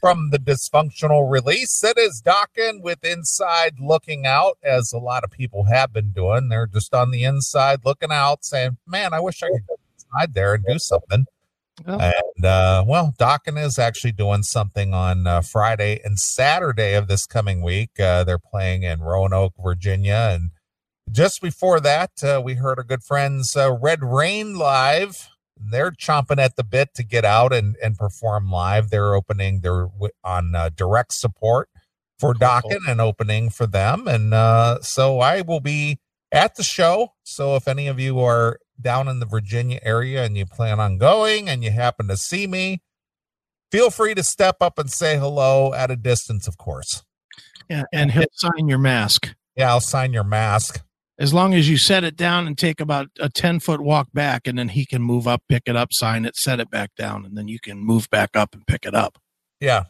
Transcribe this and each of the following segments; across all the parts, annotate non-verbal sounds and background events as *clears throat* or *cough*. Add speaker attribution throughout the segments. Speaker 1: from the dysfunctional release. It is Dockin with Inside Looking Out, as a lot of people have been doing. They're just on the inside looking out, saying, Man, I wish I could go inside there and do something.
Speaker 2: Yeah.
Speaker 1: And uh, well, Dockin is actually doing something on uh, Friday and Saturday of this coming week. Uh, they're playing in Roanoke, Virginia. And just before that, uh, we heard our good friends uh, Red Rain Live. They're chomping at the bit to get out and, and perform live. They're opening their wi- on uh, direct support for Dockin and opening for them. And uh, so I will be at the show. So if any of you are down in the Virginia area and you plan on going and you happen to see me, feel free to step up and say hello at a distance, of course.
Speaker 2: Yeah, and he'll sign your mask
Speaker 1: Yeah, I'll sign your mask.
Speaker 2: as long as you set it down and take about a ten foot walk back, and then he can move up, pick it up, sign it, set it back down, and then you can move back up and pick it up.
Speaker 1: Yeah.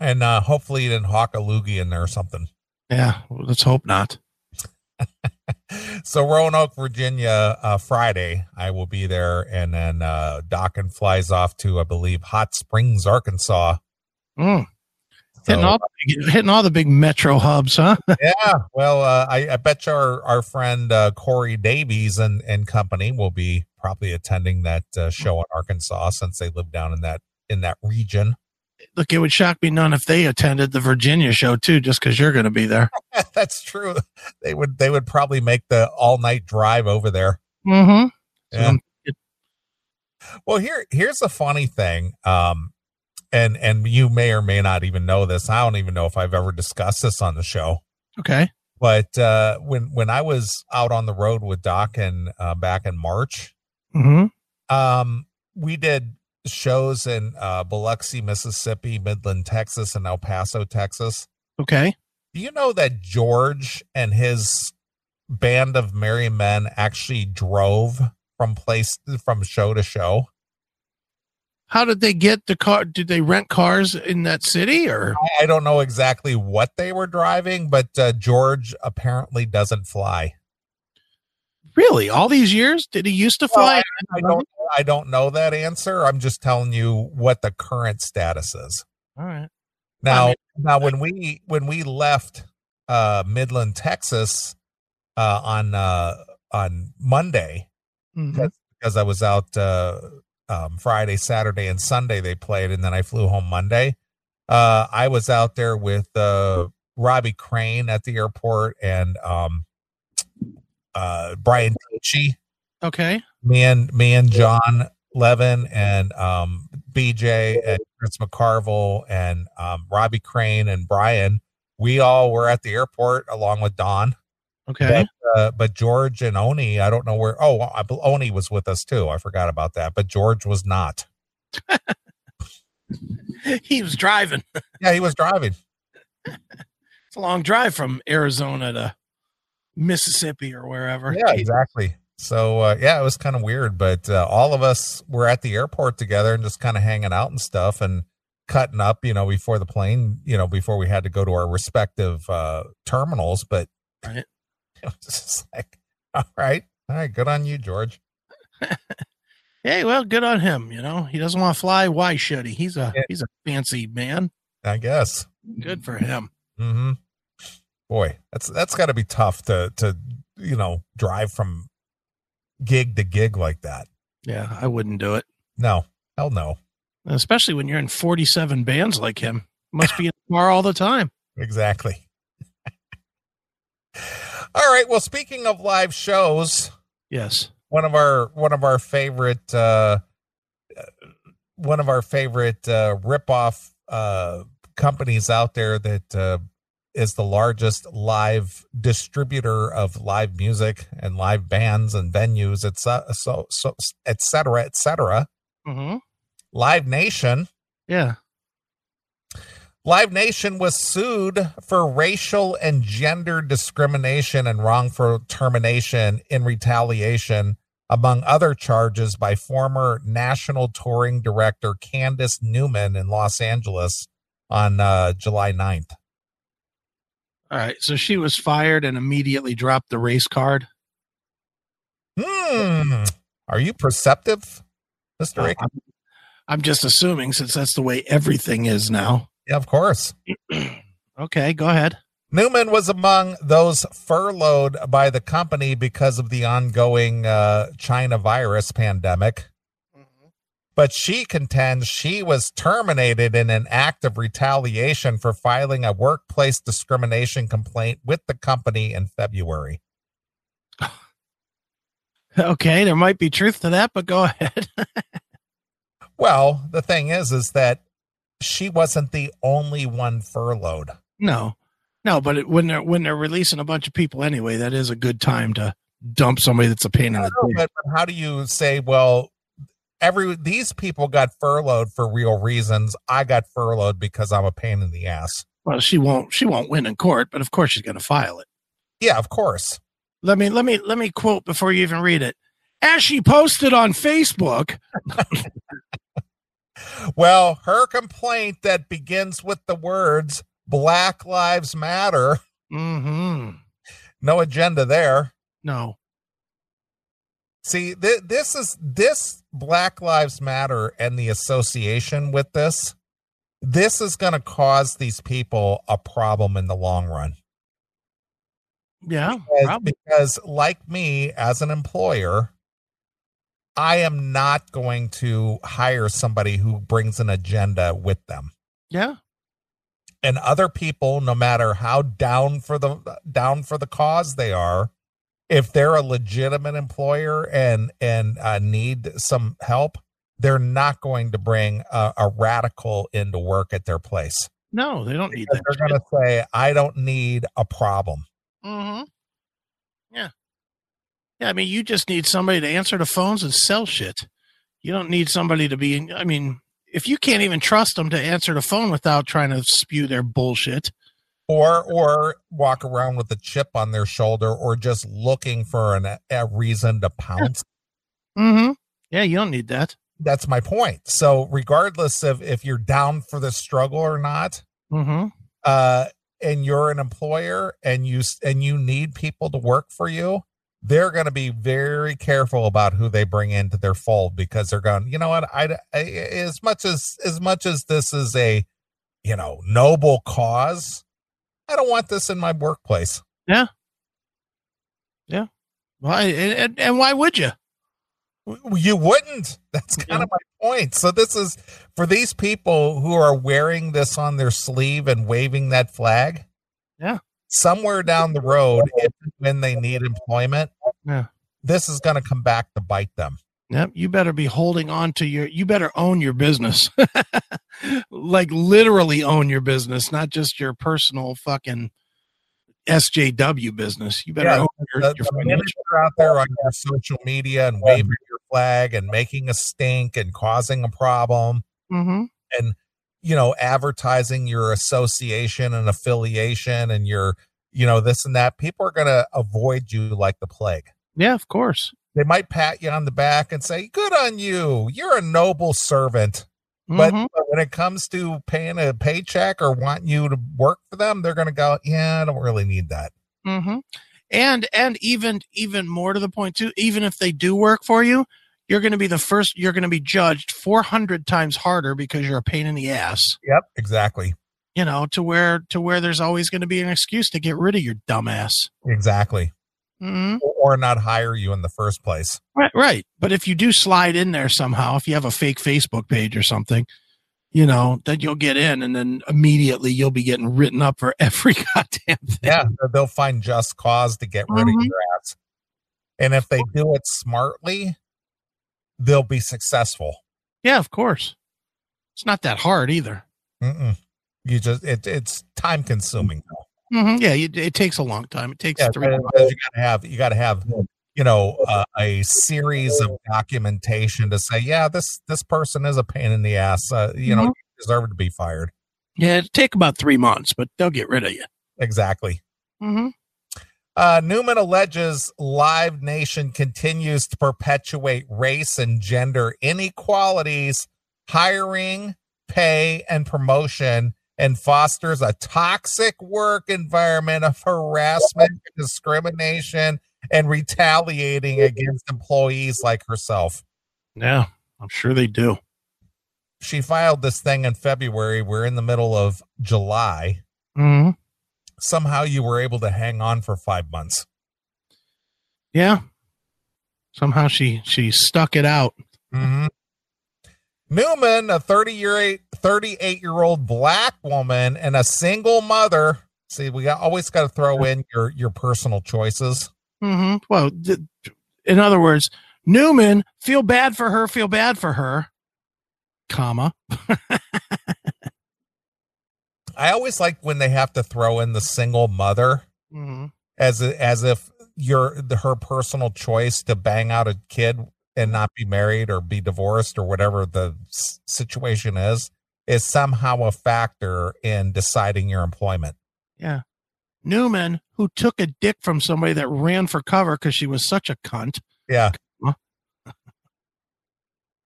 Speaker 1: And uh, hopefully you didn't hawk a loogie in there or something.
Speaker 2: Yeah, well, let's hope not.
Speaker 1: So Roanoke, Virginia, uh, Friday, I will be there. And then uh, Dockin flies off to, I believe, Hot Springs, Arkansas.
Speaker 2: Mm. Hitting
Speaker 1: So-
Speaker 2: all the big, hitting all the big metro hubs, huh?
Speaker 1: yeah. Well, uh, I, I bet you our, our friend uh, Corey Davies and, and company will be probably attending that uh, show in Arkansas since they live down in that in that region. *laughs*
Speaker 2: Look, it would shock me none if they attended the Virginia show too, just because you're going to be there.
Speaker 1: That's true. They would they would probably make the all night drive over there.
Speaker 2: Mm-hmm.
Speaker 1: Yeah. Well, here here's the funny thing. Um, and and you may or may not even know this. I don't even know if I've ever discussed this on the show.
Speaker 2: okay.
Speaker 1: But uh, when when I was out on the road with Doc and uh, back in March,
Speaker 2: Mm-hmm.
Speaker 1: um we did shows in uh biloxi mississippi midland texas and el paso texas
Speaker 2: Okay.
Speaker 1: do you know that george and his band of merry men actually drove from place from show to show
Speaker 2: How did they get the car? Did they rent cars in that city or?
Speaker 1: I- i don't know exactly what they were driving but uh, george apparently doesn't fly
Speaker 2: Really? All these years? Did he used to fly?
Speaker 1: i don't i don't know that answer i'm just telling you what the current status is
Speaker 2: All right.
Speaker 1: Now,
Speaker 2: mean-
Speaker 1: now when we when we left uh Midland, Texas uh on uh on Monday
Speaker 2: Mhm.
Speaker 1: That's- because I was out uh um Friday, Saturday and Sunday they played and then I flew home Monday. Uh I was out there with uh Robbie Crane at the airport and um uh Brian Tucci
Speaker 2: Okay.
Speaker 1: me and me and John Levin and um, BJ and Chris McCarville and um, Robbie Crane and Brian. We all were at the airport along with Don,
Speaker 2: Okay.
Speaker 1: but, uh, but George and Oni, I don't know where. Oh, I, bel- Oni was with us too. I forgot about that, but George was not.
Speaker 2: He was driving.
Speaker 1: Yeah, he was driving.
Speaker 2: It's a long drive from Arizona to Mississippi or wherever.
Speaker 1: Yeah, exactly. So uh, yeah, it was kind of weird, but uh, all of us were at the airport together and just kind of hanging out and stuff and cutting up, you know, before the plane, you know, before we had to go to our respective uh, terminals. But
Speaker 2: Right.
Speaker 1: *laughs* it was just like, all right, all right, good on you, George.
Speaker 2: Hey, well, good on him. You know, he doesn't want to fly. Why should he? He's a
Speaker 1: Yeah.
Speaker 2: he's a fancy man.
Speaker 1: I guess.
Speaker 2: Good for him.
Speaker 1: Mm-hmm. Boy, that's that's got to be tough to to you know drive from gig to gig like that.
Speaker 2: Yeah, I wouldn't do it,
Speaker 1: No, hell no.
Speaker 2: especially when you're in 47 bands like him. Must be in the car all the time.
Speaker 1: Exactly. *laughs* All right. Well, speaking of live shows,
Speaker 2: Yes.
Speaker 1: one of our one of our favorite uh, uh, one of our favorite uh, ripoff uh, companies out there that uh, is the largest live distributor of live music and live bands and venues, et so, so, so, et cetera, et cetera.
Speaker 2: Mm-hmm.
Speaker 1: Live Nation.
Speaker 2: Yeah.
Speaker 1: Live Nation was sued for racial and gender discrimination and wrongful termination in retaliation, among other charges, by former national touring director Candace Newman in Los Angeles on uh, July 9th.
Speaker 2: All right. So she was fired and immediately dropped the race card.
Speaker 1: Hmm. Are you perceptive, Mr. Aiken?
Speaker 2: Uh, I'm- I'm just assuming since that's the way everything is now. *clears throat*
Speaker 1: Yeah, of course.
Speaker 2: okay, go ahead.
Speaker 1: Newman was among those furloughed by the company because of the ongoing uh, China virus pandemic.
Speaker 2: Mm-hmm.
Speaker 1: But she contends she was terminated in an act of retaliation for filing a workplace discrimination complaint with the company in February.
Speaker 2: *laughs* Okay, there might be truth to that, but go *laughs* ahead.
Speaker 1: Well, the thing is, is that she wasn't the only one furloughed.
Speaker 2: no, no, but it, when they're when they're releasing a bunch of people anyway, that is a good time to dump somebody that's a pain in
Speaker 1: I
Speaker 2: the
Speaker 1: know,
Speaker 2: dick.
Speaker 1: but, but how do you say, well, every these people got furloughed for real reasons. I got furloughed because I'm a pain in the ass.
Speaker 2: Well, she won't she won't win in court, but of course she's going to file it.
Speaker 1: Yeah, of course.
Speaker 2: Let me let me let me quote before you even read it. As she posted on Facebook,
Speaker 1: Well, her complaint that begins with the words Black Lives Matter,
Speaker 2: hmm
Speaker 1: no agenda there.
Speaker 2: no,
Speaker 1: See, th- this is this Black Lives Matter and the association with this. This is going to cause these people a problem in the long run.
Speaker 2: yeah,
Speaker 1: Because,
Speaker 2: probably.
Speaker 1: because like me as an employer, I am not going to hire somebody who brings an agenda with them.
Speaker 2: yeah,
Speaker 1: and other people no matter how down for the down for the cause they are if they're a legitimate employer and and uh, need some help they're not going to bring a, a radical into work at their place
Speaker 2: no, they don't need
Speaker 1: they're
Speaker 2: that.
Speaker 1: going to say i don't need a problem
Speaker 2: Mm-hmm. Yeah, yeah. I mean, you just need somebody to answer the phones and sell shit. You don't need somebody to be. I mean, if you can't even trust them to answer the phone without trying to spew their bullshit,
Speaker 1: or or walk around with a chip on their shoulder or just looking for an, a reason to pounce
Speaker 2: mm-hmm. yeah, you don't need that.
Speaker 1: that's my point so regardless of if you're down for the struggle or not
Speaker 2: Mm-hmm.
Speaker 1: uh, and you're an employer and you s- and you need people to work for you, they're going to be very careful about who they bring into their fold because they're going. You know what? I, d- I- as much as as much as this is a you know noble cause, I don't want this in my workplace.
Speaker 2: Why and, and, and why would you?
Speaker 1: W- You wouldn't. That's kind of my point. So this is for these people who are wearing this on their sleeve and waving that flag.
Speaker 2: Yeah.
Speaker 1: Somewhere down the road, if and when they need employment,
Speaker 2: Yeah.
Speaker 1: this is going to come back to bite them.
Speaker 2: Yep, you better be holding on to your you better own your business. *laughs* like literally own your business, not just your personal fucking SJW business. You better
Speaker 1: Yeah,
Speaker 2: own your,
Speaker 1: The,
Speaker 2: your
Speaker 1: the minute
Speaker 2: financial.
Speaker 1: you're out there on your social media and waving your flag and making a stink and causing a problem,
Speaker 2: Mhm.
Speaker 1: you know, advertising your association and affiliation and your, you know, this and that, people are going to avoid you like the plague.
Speaker 2: Yeah, of course.
Speaker 1: They might pat you on the back and say, Good on you. You're a noble servant. But
Speaker 2: Mhm.
Speaker 1: but when it comes to paying a paycheck or wanting you to work for them, they're going to go, Yeah, I don't really need that.
Speaker 2: hmm And and even even more to the point too, even if they do work for you, you're going to be the first. You're going to be judged 400 times harder because you're a pain in the ass.
Speaker 1: Yep. Exactly.
Speaker 2: You know, to where to where there's always going to be an excuse to get rid of your dumbass.
Speaker 1: Exactly.
Speaker 2: hmm
Speaker 1: Or not hire you in the first place.
Speaker 2: Right, right. But if you do slide in there somehow, if you have a fake Facebook page or something, you know, then you'll get in, and then immediately you'll be getting written up for *laughs* every goddamn thing.
Speaker 1: Yeah. Mm-hmm. They'll find just cause to get rid
Speaker 2: Mhm.
Speaker 1: of your ass. And if they do it smartly, they'll be successful.
Speaker 2: Yeah, of course. It's not that hard either.
Speaker 1: Mm-mm. You just, it, it's time consuming.
Speaker 2: hmm Yeah, you, it takes a long time. It takes
Speaker 1: Yeah, uh,
Speaker 2: three.
Speaker 1: because you gotta have you gotta have you know uh, a series of documentation to say, yeah, this this person is a pain in the ass. Uh, you know, you
Speaker 2: Mhm.
Speaker 1: deserve to be fired.
Speaker 2: Yeah, it'd take about three months, but they'll get rid of you.
Speaker 1: Exactly.
Speaker 2: Mm-hmm.
Speaker 1: Uh, Newman alleges Live Nation continues to perpetuate race and gender inequalities, hiring, pay, and promotion, and fosters a toxic work environment of harassment, discrimination, and retaliating against employees like herself.
Speaker 2: Yeah, I'm sure they do.
Speaker 1: she filed this thing in February. We're in the middle of July.
Speaker 2: Mm-hmm.
Speaker 1: Somehow you were able to hang on for five months.
Speaker 2: Yeah. Somehow she she stuck it out.
Speaker 1: Mhm. Newman, a 30 year 38 year old black woman and a single mother. See, we got, always got to throw in your your personal choices.
Speaker 2: hmm Well, th- in other words, Newman feel bad for her. Feel bad for her, comma.
Speaker 1: I always like when they have to throw in the single mother
Speaker 2: Mm-hmm.
Speaker 1: as i- as if your the- her personal choice to bang out a kid and not be married or be divorced or whatever the s- situation is is somehow a factor in deciding your employment.
Speaker 2: Yeah. Newman, who took a dick from somebody that ran for cover because she was such a cunt.
Speaker 1: Yeah.
Speaker 2: Huh?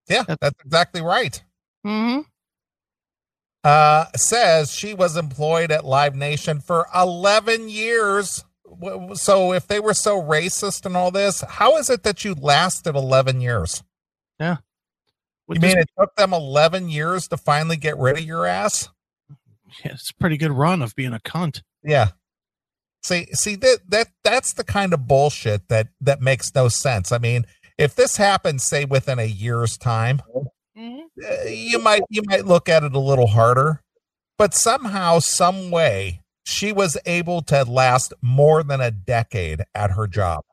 Speaker 1: Yeah,
Speaker 2: That's-
Speaker 1: that's exactly right.
Speaker 2: Mm-hmm.
Speaker 1: Uh, says she was employed at Live Nation for 11 years. W- w- So if they were so racist and all this, how is it that you lasted 11 years? You mean it took them 11 years to finally get rid of your ass?
Speaker 2: it's a pretty good run of being a cunt.
Speaker 1: Yeah. See, see that that that's the kind of bullshit that that makes no sense. I mean, if this happens, say within a year's time,
Speaker 2: Mm-hmm.
Speaker 1: uh, you might you might look at it a little harder. But somehow, some way, she was able to last more than a decade at her job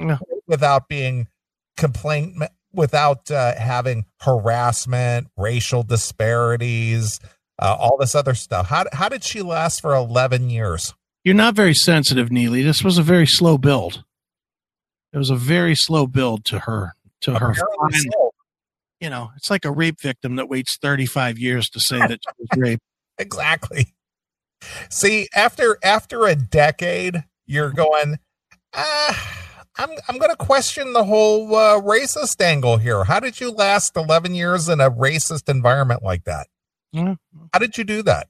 Speaker 2: Yeah.
Speaker 1: without being complaint without uh, having harassment, racial disparities, uh, all this other stuff. How how did she last for eleven years?
Speaker 2: You're not very sensitive, Neely. This was a very slow build. It was a very slow build to her. To her,
Speaker 1: Apparently
Speaker 2: find-
Speaker 1: so.
Speaker 2: you know, it's like a rape victim that waits 35 years to say that she was raped.
Speaker 1: *laughs* Exactly. See, after after a decade, you're going. Ah, I'm I'm going to question the whole uh, racist angle here. How did you last 11 years in a racist environment like that?
Speaker 2: Yeah.
Speaker 1: How did you do that?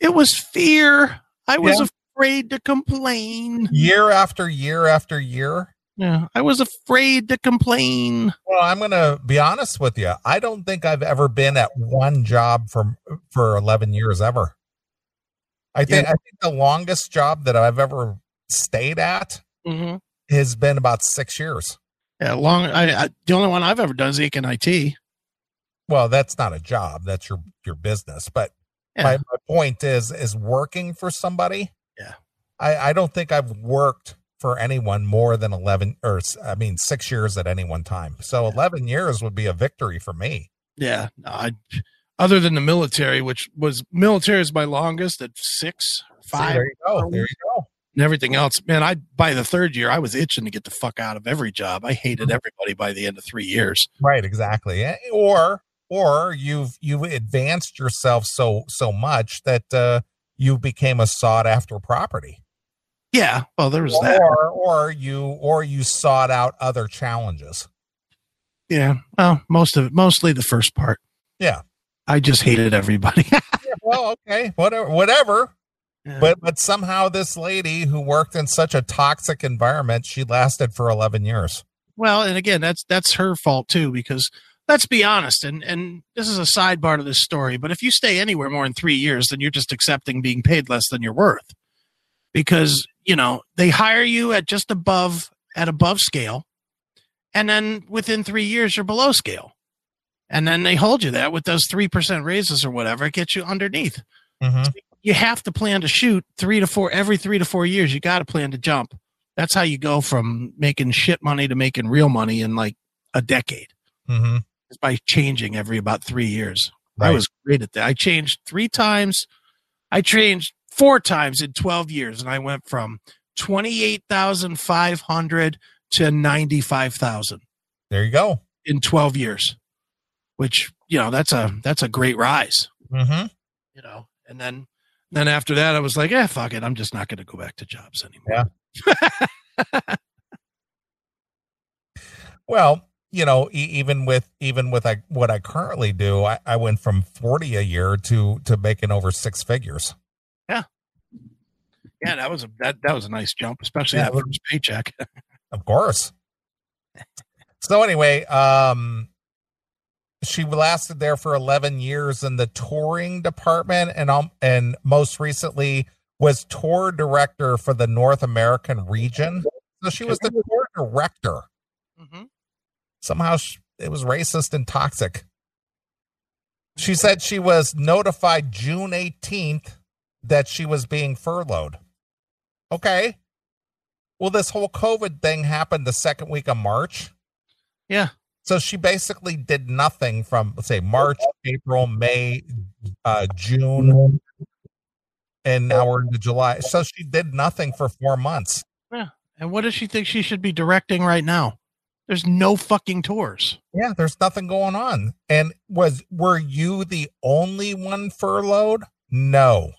Speaker 2: It was fear. I was
Speaker 1: Yeah.
Speaker 2: afraid to complain.
Speaker 1: Year after year after year.
Speaker 2: Yeah, I was afraid to complain.
Speaker 1: Well, I'm going to be honest with you. I don't think I've ever been at one job for for 11 years ever. I think I think the longest job that I've ever stayed at
Speaker 2: Mm-hmm.
Speaker 1: has been about 6 years.
Speaker 2: Yeah, long. I, I the only one I've ever done is Aiken IT.
Speaker 1: Well, that's not a job, that's your your business, but my,
Speaker 2: Yeah.
Speaker 1: my point is is working for somebody.
Speaker 2: Yeah.
Speaker 1: I I don't think I've worked for anyone more than 11 or s- I mean 6 years at any one time. So 11 years would be a victory for me.
Speaker 2: Yeah, no, I, other than the military, which was military is my longest at six,
Speaker 1: See,
Speaker 2: five,
Speaker 1: there you go. There you go.
Speaker 2: and everything else. Man, I by the third year, I was itching to get the fuck out of every job. I hated
Speaker 1: Mm-hmm.
Speaker 2: everybody by the end of three years.
Speaker 1: right exactly Eh, or or you've you've advanced yourself so so much that uh you became a sought after property
Speaker 2: Yeah, well, there was that.
Speaker 1: or or you or you sought out other challenges
Speaker 2: Yeah, well, most of it, mostly the first part.
Speaker 1: Yeah.
Speaker 2: I just hated everybody. *laughs*
Speaker 1: Yeah, well okay whatever whatever
Speaker 2: Yeah.
Speaker 1: but but somehow this lady who worked in such a toxic environment she lasted for 11 years
Speaker 2: Well, and again, that's that's her fault too, because let's be honest, and and this is a sidebar to this story, but if you stay anywhere more than three years, then you're just accepting being paid less than you're worth. Because, you know, they hire you at just above at above scale, and then within three years you're below scale. And then they hold you that with those three percent raises or whatever, it gets you underneath.
Speaker 1: Mhm.
Speaker 2: You have to plan to shoot three to four every three to four years, you gotta plan to jump that's how you go from making shit money to making real money in like a decade
Speaker 1: Mhm.
Speaker 2: is by changing every about three years. I
Speaker 1: Right.
Speaker 2: was great at that. I changed three times. I changed four times in 12 years and I went from 28,500 to 95,000
Speaker 1: there you go
Speaker 2: in 12 years, which, you know, that's a, that's a great rise,
Speaker 1: hmm
Speaker 2: you know, and then, then after that, I was like, eh, fuck it. I'm just not going to go back to jobs anymore.
Speaker 1: Yeah. well you know e- even with even with like what i currently do I, I went from 40 a year to to making over six figures
Speaker 2: Yeah, that was a that, that was a nice jump, especially
Speaker 1: Yeah,
Speaker 2: that
Speaker 1: it was-
Speaker 2: first paycheck. *laughs*
Speaker 1: Of course. So anyway, um she lasted there for 11 years in the touring department and um, and most recently was tour director for the North American region. So she was the tour director.
Speaker 2: Mhm.
Speaker 1: Somehow sh it was racist and toxic. She said she was notified June 18th that she was being furloughed. Okay. Well, this whole COVID thing happened the second week of March.
Speaker 2: Yeah.
Speaker 1: So she basically did nothing from say March, April, May, uh, June, and now we're into July. So she did nothing for four months.
Speaker 2: And what does she think she should be directing right now? There's no fucking tours.
Speaker 1: Yeah, there's nothing going on. And was were you the only one furloughed? No.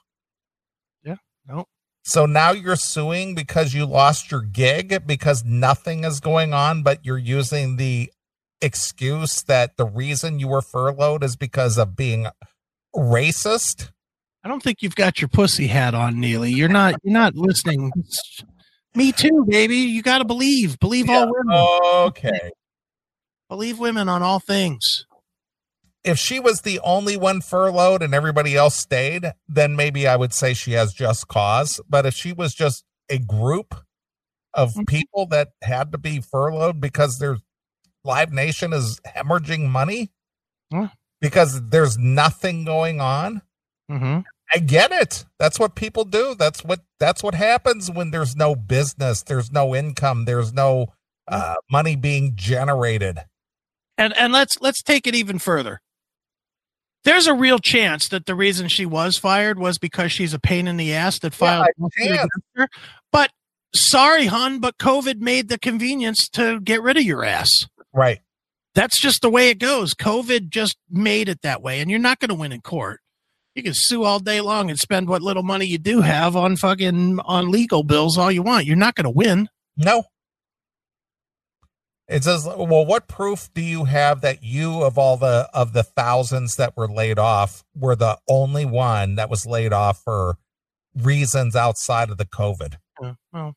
Speaker 2: Yeah, no.
Speaker 1: So now you're suing because you lost your gig because nothing is going on, but you're using the excuse that the reason you were furloughed is because of being racist.
Speaker 2: I don't think you've got your pussy hat on, Neely. You're not. You're not listening. Me too, baby. You got to believe. Believe all women.
Speaker 1: Okay.
Speaker 2: Believe women on all things.
Speaker 1: If she was the only one furloughed and everybody else stayed, then maybe I would say she has just cause. But if she was just a group of
Speaker 2: Mhm.
Speaker 1: people that had to be furloughed because their Live Nation is hemorrhaging money
Speaker 2: Yeah.
Speaker 1: because there's nothing going on,
Speaker 2: Mm-hmm.
Speaker 1: I get it. That's what people do. That's what that's what happens when there's no business, there's no income, there's no uh, money being generated.
Speaker 2: And and let's let's take it even further. There's a real chance that the reason she was fired was because she's a pain in the ass that filed a lawsuit
Speaker 1: chance.
Speaker 2: against her. But sorry, hun, but COVID made the convenience to get rid of your ass.
Speaker 1: Right.
Speaker 2: That's just the way it goes. COVID just made it that way, and you're not going to win in court. You can sue all day long and spend what little money you do have on fucking on legal bills all you want. You're not going to win.
Speaker 1: No. It says, well, what proof do you have that you of all the of the thousands that were laid off were the only one that was laid off for reasons outside of the COVID?
Speaker 2: Uh, well,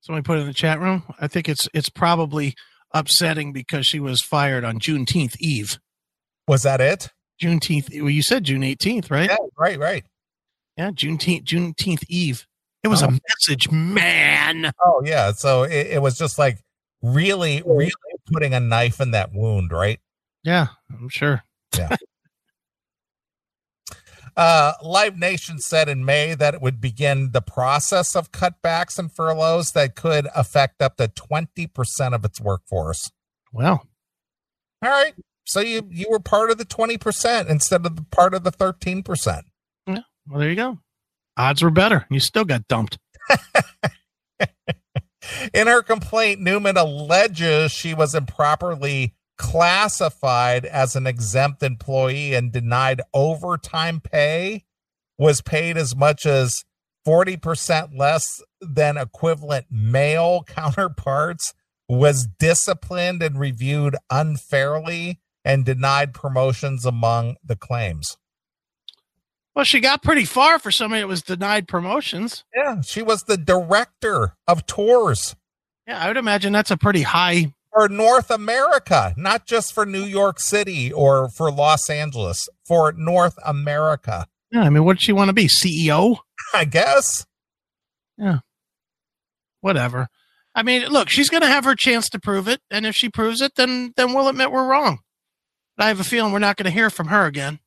Speaker 2: somebody put it in the chat room. I think it's it's probably upsetting because she was fired on Juneteenth Eve.
Speaker 1: Was that it?
Speaker 2: Juneteenth. Well, you said June 18th, right?
Speaker 1: Yeah, right, right.
Speaker 2: Yeah, Juneteenth. Juneteenth Eve. It was a
Speaker 1: Oh.
Speaker 2: message, man.
Speaker 1: Oh yeah. So it, it was just like really, really putting a knife in that wound, right?
Speaker 2: Yeah, I'm sure.
Speaker 1: Uh, Live Nation said in May that it would begin the process of cutbacks and furloughs that could affect up to 20% of its workforce.
Speaker 2: Well,
Speaker 1: All right. So you you were part of the 20% instead of the part of the 13%.
Speaker 2: well, there you go. Odds were better. You still got dumped.
Speaker 1: In her complaint, Newman alleges she was improperly classified as an exempt employee and denied overtime pay, was paid as much as 40% less than equivalent male *laughs* counterparts, was disciplined and reviewed unfairly, and denied promotions among the claims.
Speaker 2: Well, she got pretty far for somebody that was denied promotions.
Speaker 1: Yeah. She was the director of tours.
Speaker 2: Yeah, I would imagine that's a pretty high.
Speaker 1: for North America, not just for New York City or for Los Angeles, for North America,
Speaker 2: Yeah, I mean, what did she want to be? E CEO?
Speaker 1: I guess.
Speaker 2: Whatever. I mean, look, she's going to have her chance to prove it, and if she proves it, then then we'll admit we're wrong. But I have a feeling we're not going to hear from her again.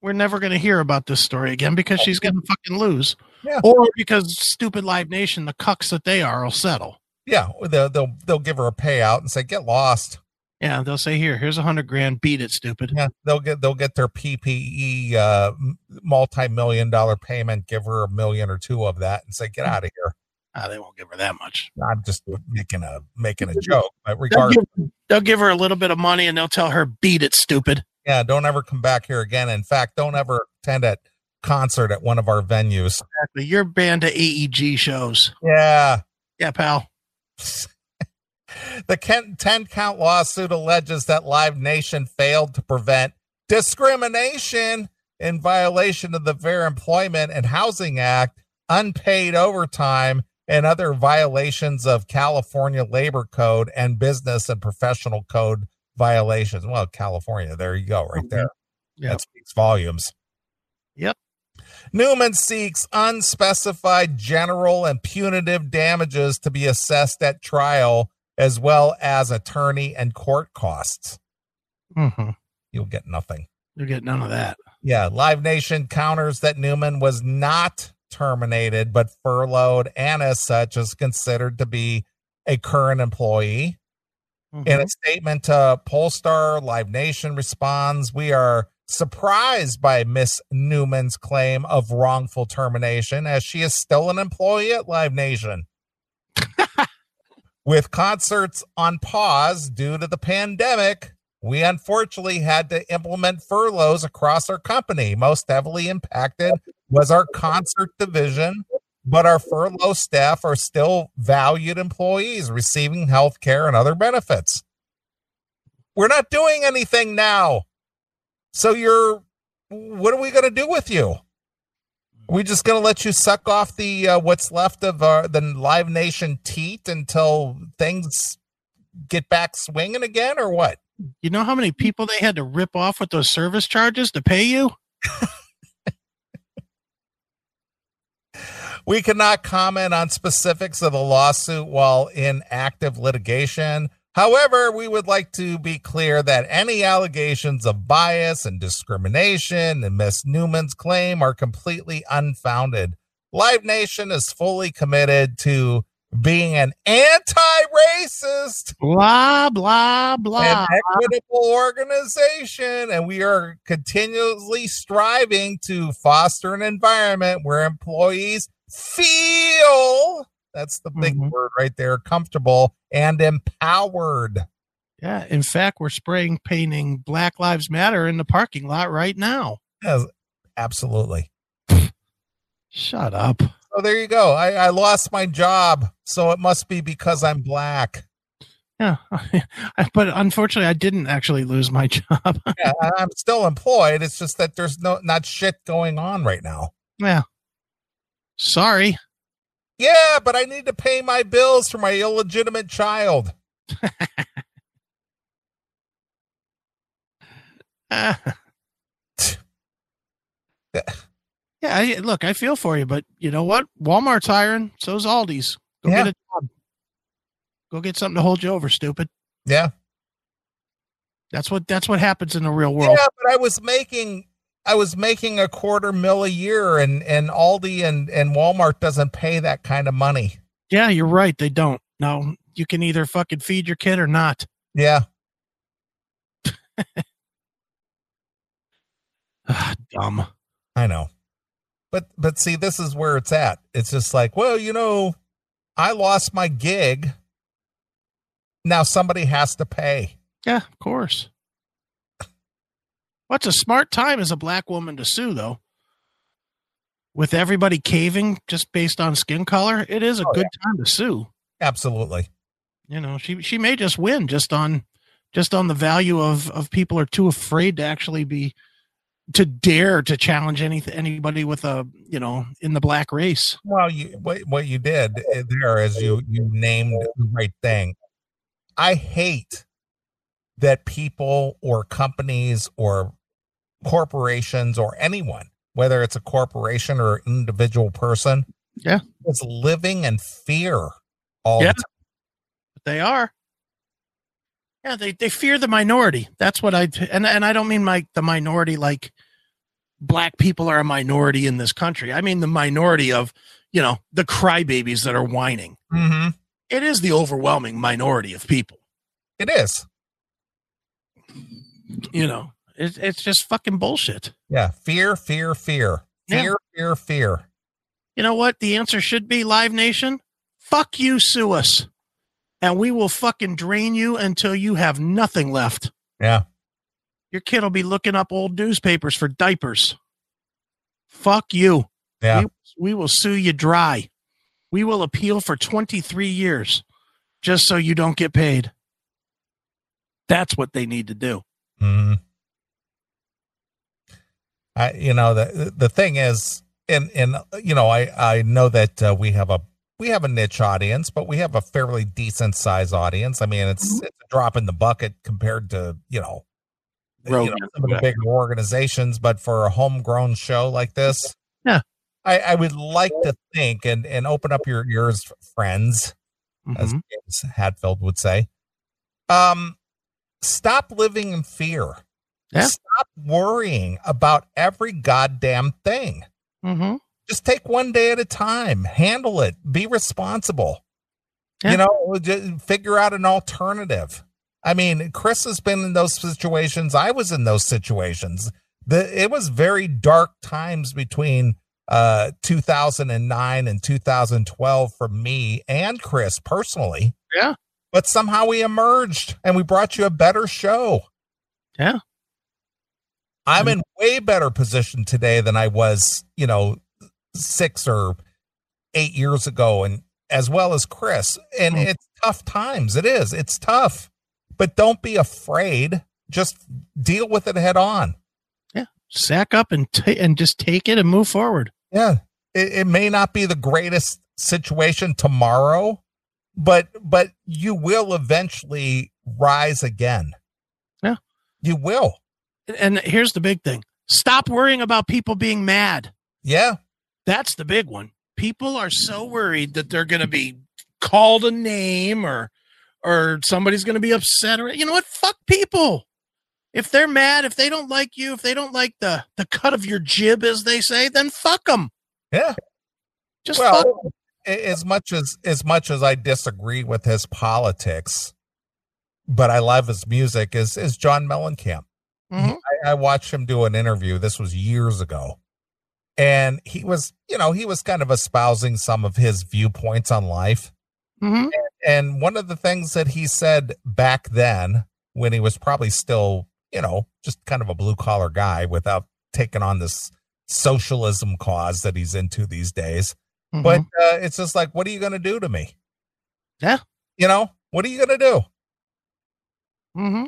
Speaker 2: We're never going to hear about this story again because she's going to fucking lose,
Speaker 1: Yeah.
Speaker 2: or because stupid Live Nation, the cucks that they are, will settle.
Speaker 1: Yeah, they'll they'll, they'll give her a payout and say get lost.
Speaker 2: Yeah, they'll say, "Here, here's a hundred grand. Beat it, stupid."
Speaker 1: Yeah, they'll get they'll get their PPE uh, m- multi-million dollar payment. Give her a million or two of that and say get out of here.
Speaker 2: Ah, they won't give her that much.
Speaker 1: I'm just making a making a joke, but
Speaker 2: They'll
Speaker 1: regardless,
Speaker 2: give, they'll give her a little bit of money and they'll tell her, beat it, stupid.
Speaker 1: yeah, don't ever come back here again. In fact, don't ever attend a concert at one of our venues.
Speaker 2: Exactly. You're banned to AEG shows.
Speaker 1: Yeah,
Speaker 2: Yeah, pal.
Speaker 1: The Kent 10 count lawsuit alleges that Live Nation failed to prevent discrimination in violation of the Fair Employment and Housing Act, unpaid overtime, and other violations of California labor code and business and professional code violations. Well, California, there you go, right there.
Speaker 2: Mm-hmm. Yeah.
Speaker 1: That speaks volumes.
Speaker 2: Yep.
Speaker 1: Newman seeks unspecified general and punitive damages to be assessed at trial, as well as attorney and court costs.
Speaker 2: Mm-hmm.
Speaker 1: You'll get nothing.
Speaker 2: You get none of that.
Speaker 1: Yeah, Live Nation counters that Newman was not terminated, but furloughed, and as such is considered to be a current employee. In
Speaker 2: Mhm.
Speaker 1: a statement to Polestar, Live Nation responds, We are surprised by Miss Newman's claim of wrongful termination as she is still an employee at Live Nation. With concerts on pause due to the pandemic, we unfortunately had to implement furloughs across our company. Most heavily impacted was our concert division, but our furlough staff are still valued employees receiving health care and other benefits. We're not doing anything now. So you're what are we going to do with you? Are we just going to let you suck off the uh, what's left of uh, the Live Nation teat until things get back swinging again or what?
Speaker 2: You know how many people they had to rip off with those service charges to pay you?
Speaker 1: We cannot comment on specifics of the lawsuit while in active litigation. However, we would like to be clear that any allegations of bias and discrimination in Miss Newman's claim are completely unfounded. Live Nation is fully committed to being an anti-racist
Speaker 2: Blah blah blah.
Speaker 1: an equitable organization, and we are continuously striving to foster an environment where employees feel that's the big
Speaker 2: Mhm.
Speaker 1: word right there comfortable and empowered.
Speaker 2: Yeah. In fact, we're spraying painting Black Lives Matter in the parking lot right now.
Speaker 1: Yes, absolutely.
Speaker 2: Shut up.
Speaker 1: So there you go. I, I lost my job, so it must be because I'm black.
Speaker 2: Yeah. *laughs* but unfortunately, I didn't actually lose my *laughs* job.
Speaker 1: Yeah, I- I'm still employed. It's just that there's no not shit going on right now.
Speaker 2: yeah. Sorry.
Speaker 1: Yeah, but I need to pay my bills for my illegitimate child.
Speaker 2: *laughs* Ah.
Speaker 1: Yeah.
Speaker 2: yeah. I, look, I feel for you, but you know what? Walmart's hiring. So's Aldi's. Go
Speaker 1: Yeah.
Speaker 2: get a job. Go get something to hold you over, stupid.
Speaker 1: Yeah.
Speaker 2: That's what that's what happens in the real world.
Speaker 1: Yeah, but I was making I was making a quarter mil a year and and Aldi and and Walmart doesn't pay that kind of money.
Speaker 2: Yeah, you're right. They don't. No, you can either fucking feed your kid or not.
Speaker 1: Yeah.
Speaker 2: Ah, dumb.
Speaker 1: I know. But but see this is where it's at. It's just like, well, you know, I lost my gig. Now somebody has to pay.
Speaker 2: Yeah, of course. What's a smart time as a black woman to sue, though? With everybody caving just based on skin color, it is a
Speaker 1: Oh,
Speaker 2: good time to sue.
Speaker 1: Absolutely.
Speaker 2: You know, she she may just win just on just on the value of of people are too afraid to actually be to dare to challenge any anybody with a you know in the black race.
Speaker 1: Well, you what what you did eh, there is you you named the right thing. I hate that people or companies or corporations or anyone, whether it's a corporation or an individual person,
Speaker 2: Yeah.
Speaker 1: is living in fear all
Speaker 2: Yeah.
Speaker 1: the time.
Speaker 2: They are. Yeah, they, they fear the minority. That's what I and and I don't mean like the minority like black people are a minority in this country. I mean the minority of, you know, the crybabies that are whining.
Speaker 1: Mm-hmm.
Speaker 2: It is the overwhelming minority of people.
Speaker 1: It is.
Speaker 2: You know, it's it's just fucking bullshit.
Speaker 1: Yeah. Fear, fear, fear.
Speaker 2: Yeah.
Speaker 1: Fear, fear, fear.
Speaker 2: You know what? The answer should be Live Nation. Fuck you, sue us, and we will fucking drain you until you have nothing left.
Speaker 1: Yeah.
Speaker 2: Your kid will be looking up old newspapers for diapers. Fuck you.
Speaker 1: Yeah.
Speaker 2: We will sue you dry. We will appeal for 23 years just so you don't get paid. That's what they need to do.
Speaker 1: Mm. I, you know, the the thing is, and and you know, I I know that uh, we have a we have a niche audience, but we have a fairly decent size audience. I mean, it's it's a drop in the bucket compared to you know, you know,
Speaker 2: Rogan.
Speaker 1: some of the bigger organizations. But for a homegrown show like this,
Speaker 2: Yeah.
Speaker 1: I, I would like to think and and open up your ears, friends, as
Speaker 2: Mhm.
Speaker 1: James Hatfield would say. Um, stop living in fear.
Speaker 2: Yeah.
Speaker 1: Stop worrying about every goddamn thing
Speaker 2: Mhm.
Speaker 1: just take one day at a time handle it be responsible
Speaker 2: Yeah.
Speaker 1: you know ju- figure out an alternative i mean chris has been in those situations i was in those situations the, it was very dark times between uh 2009 and 2012 for me and chris personally
Speaker 2: Yeah.
Speaker 1: but somehow we emerged and we brought you a better show
Speaker 2: Yeah. Mm.
Speaker 1: i'm in way better position today than i was you know six or eight years ago and as well as chris and
Speaker 2: Hmm.
Speaker 1: it's tough times it is it's tough but don't be afraid just deal with it head on
Speaker 2: Sack up and ta and just take it and move forward.
Speaker 1: yeah it, it may not be the greatest situation tomorrow but but you will eventually rise again
Speaker 2: Yeah.
Speaker 1: you will
Speaker 2: And- And here's the big thing: stop worrying about people being mad.
Speaker 1: yeah
Speaker 2: That's the big one. People are so worried that they're going to be called a name or or somebody's going to be upset or you know what? Fuck people. If they're mad, if they don't like you, if they don't like the the cut of your jib, as they say, then fuck them.
Speaker 1: yeah
Speaker 2: Just fuck.
Speaker 1: well a- as much as as much as i disagree with his politics but i love his music is is john mellencamp
Speaker 2: Mhm.
Speaker 1: I, I watched him do an interview. This was years ago. And he was, you know, he was kind of espousing some of his viewpoints on life.
Speaker 2: Mhm.
Speaker 1: And one of the things that he said back then, when he was probably still, you know, just kind of a blue collar guy without taking on this socialism cause that he's into these days.
Speaker 2: Mhm.
Speaker 1: But uh, it's just like, what are you going to do to me?
Speaker 2: Yeah.
Speaker 1: You know, what are you going to do?
Speaker 2: Mhm.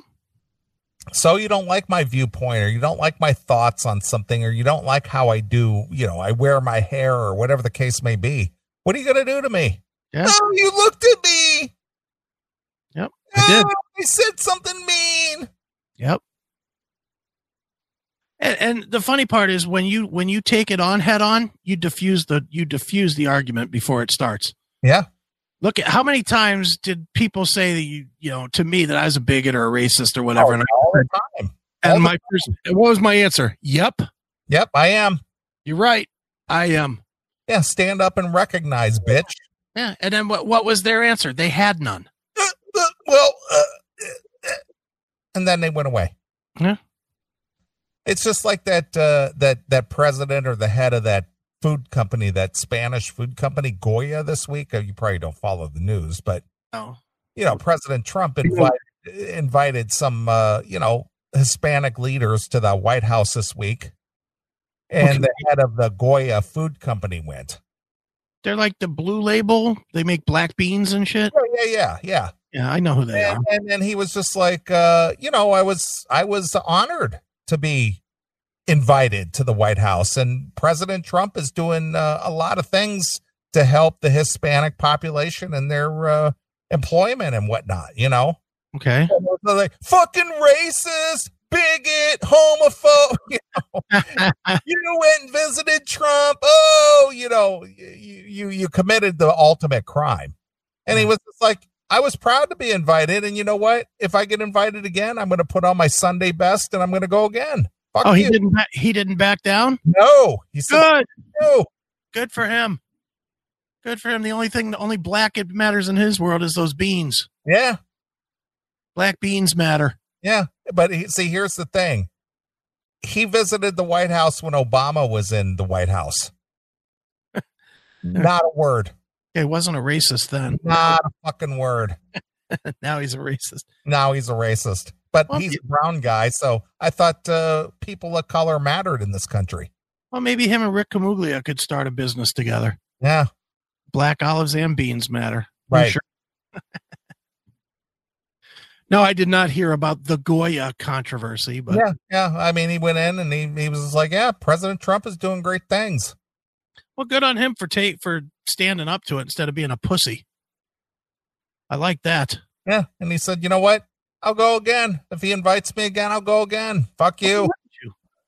Speaker 1: so you don't like my viewpoint or you don't like my thoughts on something or you don't like how I do, you know, I wear my hair or whatever the case may be. What are you going to do to me?
Speaker 2: Yeah.
Speaker 1: No, you looked at me.
Speaker 2: Yep, I did.
Speaker 1: No, you said something mean.
Speaker 2: Yep. And, and the funny part is when you when you take it on head on, you diffuse the you diffuse the argument before it starts.
Speaker 1: Yeah.
Speaker 2: Look at how many times did people say that you you know to me that I was a bigot or a racist or whatever, and,
Speaker 1: all the time.
Speaker 2: I-
Speaker 1: Oh, all
Speaker 2: and my first, what was my answer? Yep,
Speaker 1: Yep, I am.
Speaker 2: you're right, I am.
Speaker 1: Yeah, stand up and recognize, bitch.
Speaker 2: Yeah. And then what what was their answer? They had none.
Speaker 1: Uh, uh, well, uh, uh, uh, and then they went away.
Speaker 2: Yeah.
Speaker 1: It's just like that uh, that that president or the head of that food company, that Spanish food company Goya this week. uh, You probably don't follow the news, but
Speaker 2: Oh,
Speaker 1: you know President Trump invited invited some uh, you know Hispanic leaders to the White House this week, and the head of the Goya food company went.
Speaker 2: they're like the blue label. They make black beans and shit.
Speaker 1: Oh yeah, yeah, yeah.
Speaker 2: Yeah, I know who they are.
Speaker 1: and, and and he was just like uh you know i was i was honored to be invited to the white house and president trump is doing uh, a lot of things to help the hispanic population and their uh, employment and whatnot you know
Speaker 2: Okay.
Speaker 1: And they're like fucking racist bigot homophobe *laughs*
Speaker 2: *laughs*
Speaker 1: you went and visited Trump. Oh, you know, y- you you, you committed the ultimate crime. And he
Speaker 2: Mm.
Speaker 1: was just like, I was proud to be invited. And you know what? If I get invited again, I'm going to put on my Sunday best and I'm going to go again. Fuck
Speaker 2: oh, he
Speaker 1: you.
Speaker 2: didn't ba- he didn't back down.
Speaker 1: No, he said
Speaker 2: Good.
Speaker 1: no.
Speaker 2: Good for him. Good for him. The only thing, the only black it matters in his world is those beans.
Speaker 1: Yeah,
Speaker 2: Black beans matter.
Speaker 1: yeah. But he, see, here's the thing. He visited the White House when Obama was in the White
Speaker 2: *laughs*
Speaker 1: House. Not a word.
Speaker 2: Okay, wasn't a racist then.
Speaker 1: Not a fucking word.
Speaker 2: *laughs* Now he's a racist.
Speaker 1: now he's a racist. But
Speaker 2: Well,
Speaker 1: he's
Speaker 2: you-
Speaker 1: a brown guy, so I thought uh, people of color mattered in this country.
Speaker 2: Well, maybe him and Rick Camuglia could start a business together.
Speaker 1: Yeah,
Speaker 2: Black olives and beans matter. I'm
Speaker 1: right.
Speaker 2: sure. *laughs* No, I did not hear about the Goya controversy, but
Speaker 1: yeah, yeah. I mean, he went in and he, he was just like, "Yeah, President Trump is doing great things."
Speaker 2: Well, good on him for ta- for standing up to it instead of being a pussy. I like that.
Speaker 1: Yeah. And he said, you know what? I'll go again. If he invites me again, I'll go again. Fuck
Speaker 2: *laughs*
Speaker 1: you.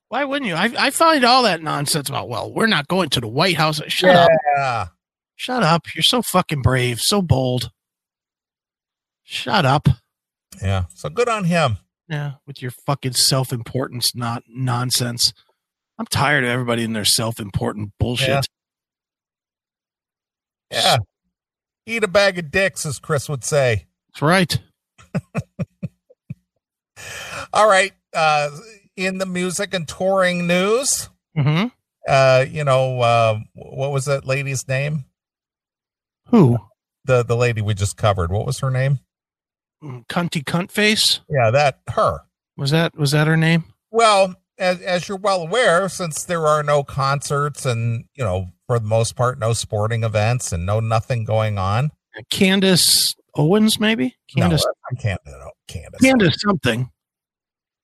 Speaker 2: Why wouldn't you? I, I find all that nonsense about, well, we're not going to the White House. Shut up.
Speaker 1: Yeah.
Speaker 2: Shut up. You're so fucking brave, so bold. Shut up.
Speaker 1: Yeah. So good on him.
Speaker 2: Yeah, with your fucking self importance, not nonsense. I'm tired of everybody and their self important bullshit.
Speaker 1: Yeah. Yeah. Eat a bag of dicks, as Chris would say.
Speaker 2: That's right.
Speaker 1: All right. Uh, in the music and touring news,
Speaker 2: hmm
Speaker 1: uh, you know, uh, what was that lady's name?
Speaker 2: Who?
Speaker 1: The the lady we just covered. What was her name?
Speaker 2: Mm, Cunty cunt face?
Speaker 1: Yeah, that her.
Speaker 2: Was that was that her name?
Speaker 1: Well, as as you're well aware, since there are no concerts and you know, for the most part, no sporting events and no nothing going on.
Speaker 2: Uh, Candace Owens, maybe? Candace
Speaker 1: no, I can't. No, Candace.
Speaker 2: Candace something.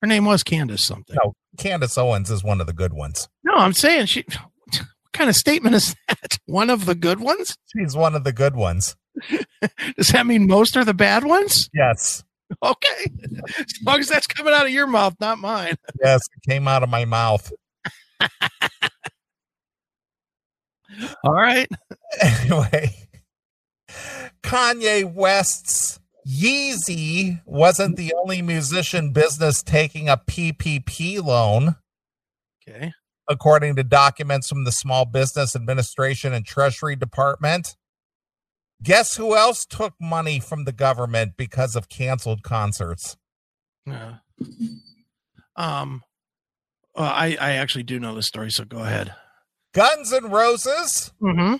Speaker 2: Her name was Candace something.
Speaker 1: No. Candace Owens is one of the good ones.
Speaker 2: No, I'm saying she what kind of statement is that? *laughs* One of the good ones?
Speaker 1: She's one of the good ones.
Speaker 2: Does that mean most are the bad ones? *laughs*
Speaker 1: Yes.
Speaker 2: Okay. As long as that's coming out of your mouth, not mine. *laughs*
Speaker 1: Yes, it came out of my mouth.
Speaker 2: All right.
Speaker 1: *laughs* anyway, Kanye West's Yeezy wasn't the only musician business taking a PPP loan,
Speaker 2: Okay.
Speaker 1: according to documents from the Small Business Administration and Treasury Department. Guess who else took money from the government because of canceled concerts?
Speaker 2: Yeah. Uh, Um uh, I I actually do know this story, so go ahead.
Speaker 1: Guns N' Roses,
Speaker 2: Mm-hmm.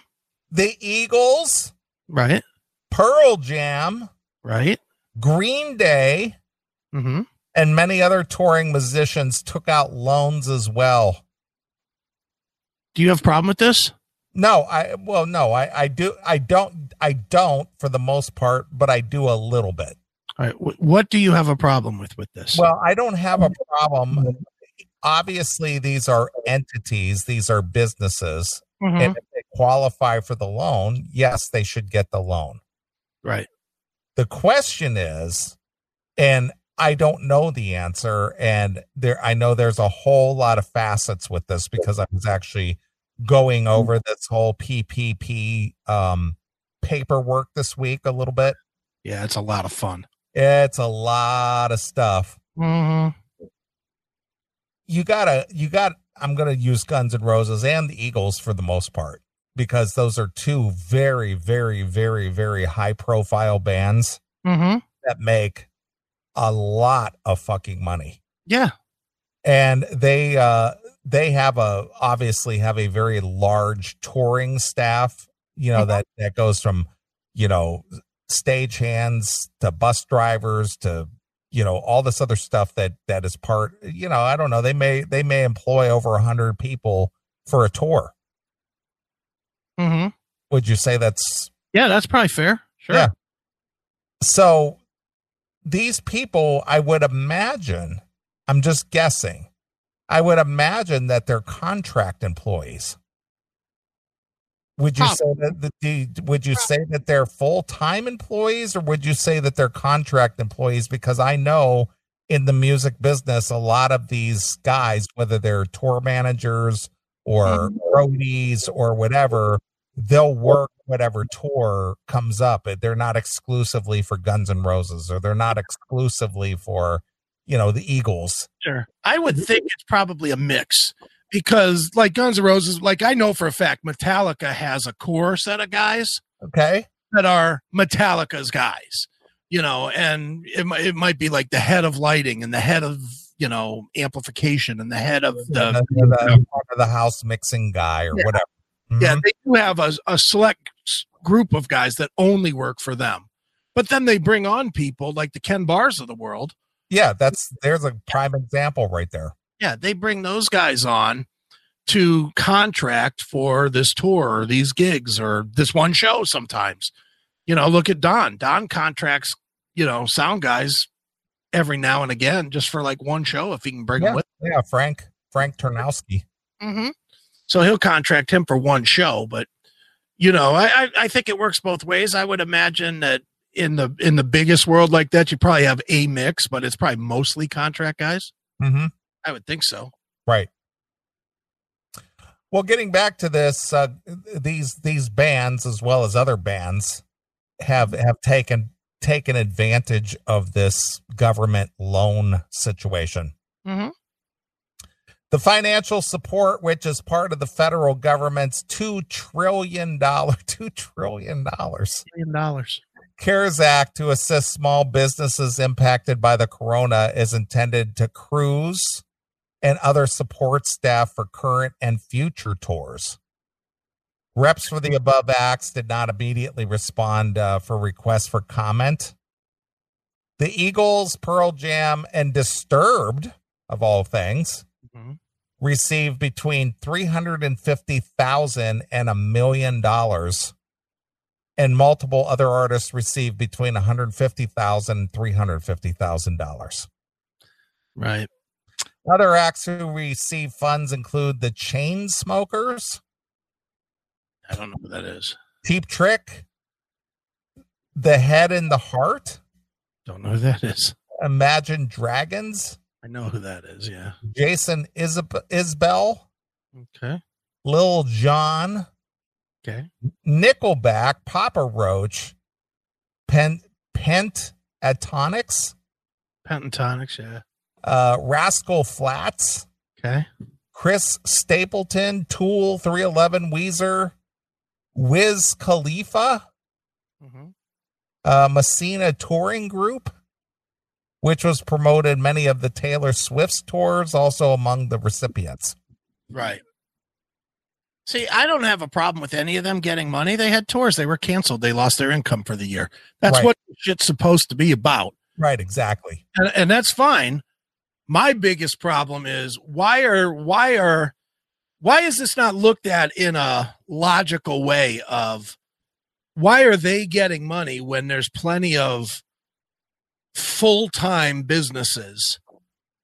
Speaker 1: the Eagles,
Speaker 2: Right.
Speaker 1: Pearl Jam,
Speaker 2: Right.
Speaker 1: Green Day,
Speaker 2: Mm-hmm.
Speaker 1: and many other touring musicians took out loans as well.
Speaker 2: Do you have a problem with this?
Speaker 1: No, I well, no, I I do I don't I don't for the most part, but I do a little bit.
Speaker 2: All right. Wh- what do you have a problem with with this?
Speaker 1: Well, I don't have a problem. Obviously, these are entities, these are businesses,
Speaker 2: Mhm.
Speaker 1: and if they qualify for the loan, yes, they should get the loan.
Speaker 2: right.
Speaker 1: The question is, and I don't know the answer. And there, I know there's a whole lot of facets with this because I was actually going over this whole PPP um, paperwork this week a little bit.
Speaker 2: Yeah, it's a lot of fun.
Speaker 1: It's a lot of stuff.
Speaker 2: Mm-hmm.
Speaker 1: You gotta, you got. I'm gonna use Guns and Roses and the Eagles for the most part because those are two very, very, very, very high profile bands
Speaker 2: Mm-hmm.
Speaker 1: that make a lot of fucking money.
Speaker 2: Yeah.
Speaker 1: and they uh they have a obviously have a very large touring staff you know
Speaker 2: Mhm.
Speaker 1: that that goes from you know stage hands to bus drivers to you know all this other stuff that that is part you know i don't know they may they may employ over 100 people for a tour
Speaker 2: Mm-hmm.
Speaker 1: would you say that's
Speaker 2: Yeah, that's probably fair. Sure.
Speaker 1: Yeah. so these people i would imagine i'm just guessing i would imagine that they're contract employees would you say that the, the would you say that they're full-time employees or would you say that they're contract employees because i know in the music business a lot of these guys whether they're tour managers or roadies or whatever they'll work whatever tour comes up. They're not exclusively for Guns N' Roses or they're not exclusively for, you know, the Eagles.
Speaker 2: Sure. I would think it's probably a mix because, like Guns N' Roses, like I know for a fact, Metallica has a core set of guys
Speaker 1: Okay.
Speaker 2: that are Metallica's guys, you know, and it, mi- it might be like the head of lighting and the head of, you know, amplification and the head of
Speaker 1: The,
Speaker 2: the.
Speaker 1: the, the, or the house mixing guy or
Speaker 2: Yeah.
Speaker 1: whatever. Mhm.
Speaker 2: Yeah, they do have a, a select s- group of guys that only work for them. But then they bring on people like the Ken Bars of the world
Speaker 1: Yeah. That's, there's a prime example right there.
Speaker 2: yeah, they bring those guys on to contract for this tour or these gigs or this one show sometimes. You know, look at Don. Don contracts, you know, sound guys every now and again just for like one show if he can bring
Speaker 1: Yeah.
Speaker 2: them with.
Speaker 1: Yeah. Frank, Frank Turnowski.
Speaker 2: Mm-hmm. So he'll contract him for one show, but you know, I, I, I think it works both ways. I would imagine that in the in the biggest world like that, you probably have a mix, but it's probably mostly contract guys.
Speaker 1: Mm-hmm.
Speaker 2: I would think so.
Speaker 1: Right. Well, getting back to this, uh, these these bands as well as other bands have have taken taken advantage of this government loan situation.
Speaker 2: Mm-hmm.
Speaker 1: The financial support, which is part of the federal government's two trillion dollar *laughs* two trillion dollars
Speaker 2: Million dollars.
Speaker 1: CARES Act to assist small businesses impacted by the corona, is intended to crews and other support staff for current and future tours. Reps for the above acts did not immediately respond uh, for requests for comment. The Eagles, Pearl Jam, and Disturbed, of all things,
Speaker 2: Mhm.
Speaker 1: received between 350,000 and a million dollars. And multiple other artists received between 150,000 and 350,000 dollars.
Speaker 2: Right.
Speaker 1: Other acts who receive funds include the Chain Smokers,
Speaker 2: I don't know what that is.
Speaker 1: Cheap Trick, The Head and the Heart,
Speaker 2: Don't know who that is.
Speaker 1: Imagine Dragons,
Speaker 2: I know who that is. Yeah.
Speaker 1: Jason Isab- Isbell,
Speaker 2: Okay.
Speaker 1: Lil Jon,
Speaker 2: Okay.
Speaker 1: Nickelback, Papa Roach, Pen- Pentatonics,
Speaker 2: Pentatonics. Yeah.
Speaker 1: uh, Rascal Flats,
Speaker 2: Okay.
Speaker 1: Chris Stapleton, Tool, 311, Weezer, Wiz Khalifa,
Speaker 2: Mm-hmm.
Speaker 1: uh, Messina Touring Group, which was promoted many of the Taylor Swift's tours, also among the recipients.
Speaker 2: Right. See, I don't have a problem with any of them getting money. They had tours. They were canceled. They lost their income for the year. That's
Speaker 1: Right.
Speaker 2: what shit's supposed to be about.
Speaker 1: Right, exactly.
Speaker 2: And, and that's fine. My biggest problem is why are why are why is this not looked at in a logical way of why are they getting money when there's plenty of full-time businesses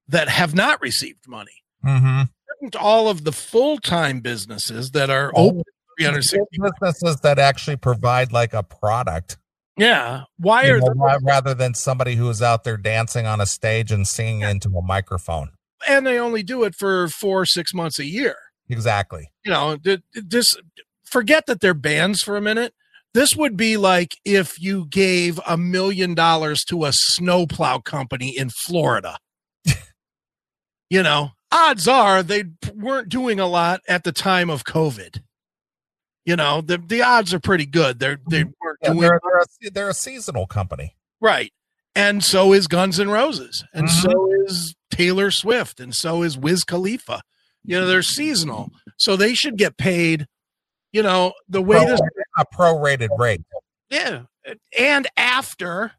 Speaker 2: that have not received money?
Speaker 1: Mm-hmm.
Speaker 2: shouldn't all of the full-time businesses that are
Speaker 1: Oh.
Speaker 2: open 360
Speaker 1: Businesses that actually provide like a product
Speaker 2: yeah why
Speaker 1: you
Speaker 2: are
Speaker 1: know,
Speaker 2: the-
Speaker 1: ra- rather than somebody who is out there dancing on a stage and singing into a microphone.
Speaker 2: and they only do it for four six months a year
Speaker 1: Exactly.
Speaker 2: you know th- th- this forget that they're bands for a minute this would be like if you gave a million dollars to a snowplow company in florida *laughs* you know odds are they p- weren't doing a lot at the time of covid you know the, the odds are pretty good they're they weren't
Speaker 1: Yeah,
Speaker 2: doing
Speaker 1: they're, they're a, se- they're a seasonal company.
Speaker 2: Right. And so is Guns N' Roses. And
Speaker 1: Mhm.
Speaker 2: so is Taylor Swift. And so is Wiz Khalifa. You know, they're seasonal. So they should get paid, you know, the way this
Speaker 1: a prorated rate.
Speaker 2: yeah. And after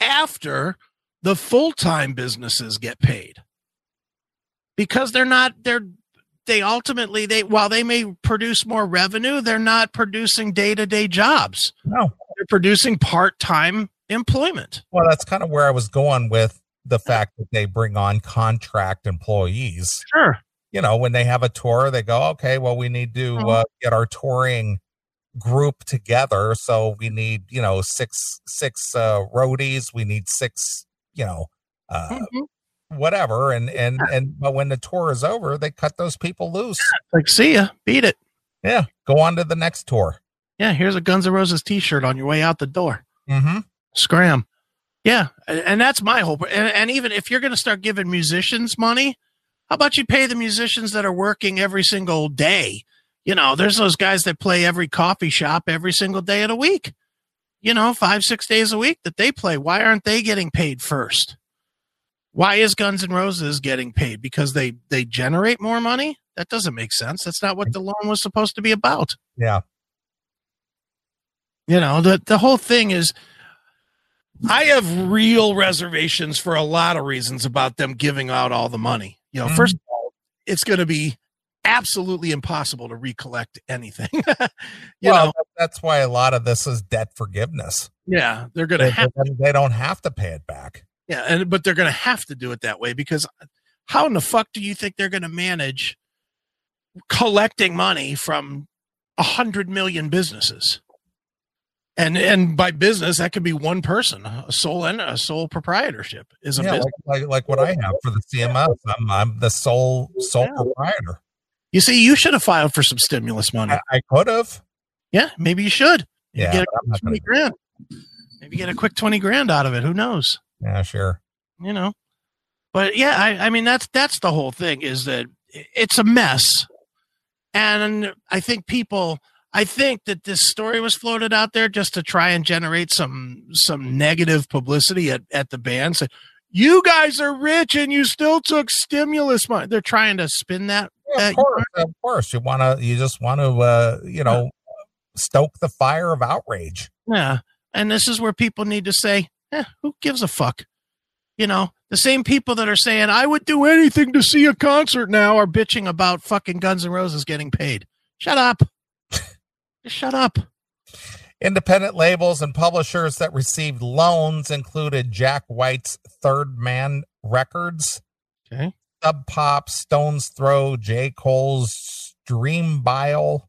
Speaker 2: after the full-time businesses get paid. Because they're not they're they ultimately they while they may produce more revenue, they're not producing day-to-day jobs.
Speaker 1: No.
Speaker 2: They're producing part-time employment.
Speaker 1: Well, that's kind of where I was going with the fact that they bring on contract employees.
Speaker 2: Sure.
Speaker 1: you know, when they have a tour, they go, okay, well, we need to
Speaker 2: Mhm.
Speaker 1: uh, get our touring group together. So we need, you know, six six uh, roadies. We need six, you know, uh,
Speaker 2: Mhm.
Speaker 1: whatever. And and and but when the tour is over, they cut those people loose.
Speaker 2: Like, see ya, beat it.
Speaker 1: Yeah, go on to the next tour.
Speaker 2: Yeah, here's a Guns N' Roses T-shirt on your way out the door.
Speaker 1: Mm-hmm.
Speaker 2: Scram. Yeah, and, and that's my hope. And, and even if you're going to start giving musicians money, how about you pay the musicians that are working every single day? You know, there's those guys that play every coffee shop every single day of the week. You know, five six days a week that they play. Why aren't they getting paid first? Why is Guns N' Roses getting paid? Because they they generate more money. That doesn't make sense. That's not what the loan was supposed to be about.
Speaker 1: Yeah.
Speaker 2: You know, the the whole thing is I have real reservations for a lot of reasons about them giving out all the money. You know,
Speaker 1: Mhm.
Speaker 2: first of all, it's going to be absolutely impossible to recollect
Speaker 1: *laughs*
Speaker 2: anything. you
Speaker 1: well,
Speaker 2: know,
Speaker 1: that- that's why a lot of this is debt forgiveness.
Speaker 2: yeah, they're going to
Speaker 1: They,
Speaker 2: have
Speaker 1: they- they don't have to pay it back.
Speaker 2: yeah, and but they're uh, going to have to do it that way because how in the fuck do you think they're going to manage collecting money from a hundred million businesses. And and by business, that could be one person, a sole and a sole proprietorship is a
Speaker 1: Yeah,
Speaker 2: business.
Speaker 1: like, like, like what I have for the CMS. I'm, I'm the sole sole
Speaker 2: Yeah.
Speaker 1: proprietor.
Speaker 2: you see, you should have filed for some stimulus money.
Speaker 1: I, I could have.
Speaker 2: yeah, maybe you should. Maybe
Speaker 1: Yeah,
Speaker 2: get a
Speaker 1: but I'm not
Speaker 2: quick
Speaker 1: gonna
Speaker 2: twenty
Speaker 1: do
Speaker 2: grand. Maybe get a quick twenty grand out of it. Who knows?
Speaker 1: it. Yeah, sure.
Speaker 2: you know but yeah i, I mean that's that's the whole thing is that i- it's a mess and i think people i think that this story was floated out there just to try and generate some some negative publicity at, at the band say you guys are rich and you still took stimulus money they're trying to spin that
Speaker 1: Yeah,
Speaker 2: Uh,
Speaker 1: of course, of course. You want to. You just want to. Uh, you know, stoke the fire of outrage.
Speaker 2: yeah and this is where people need to say eh, who gives a fuck you know the same people that are saying i would do anything to see a concert now are bitching about fucking guns N' roses getting paid shut up *laughs* Just shut up
Speaker 1: Independent labels and publishers that received loans included Jack White's Third Man Records,
Speaker 2: Okay.
Speaker 1: Sub Pop, Stones Throw, J. Cole's Dream Bile,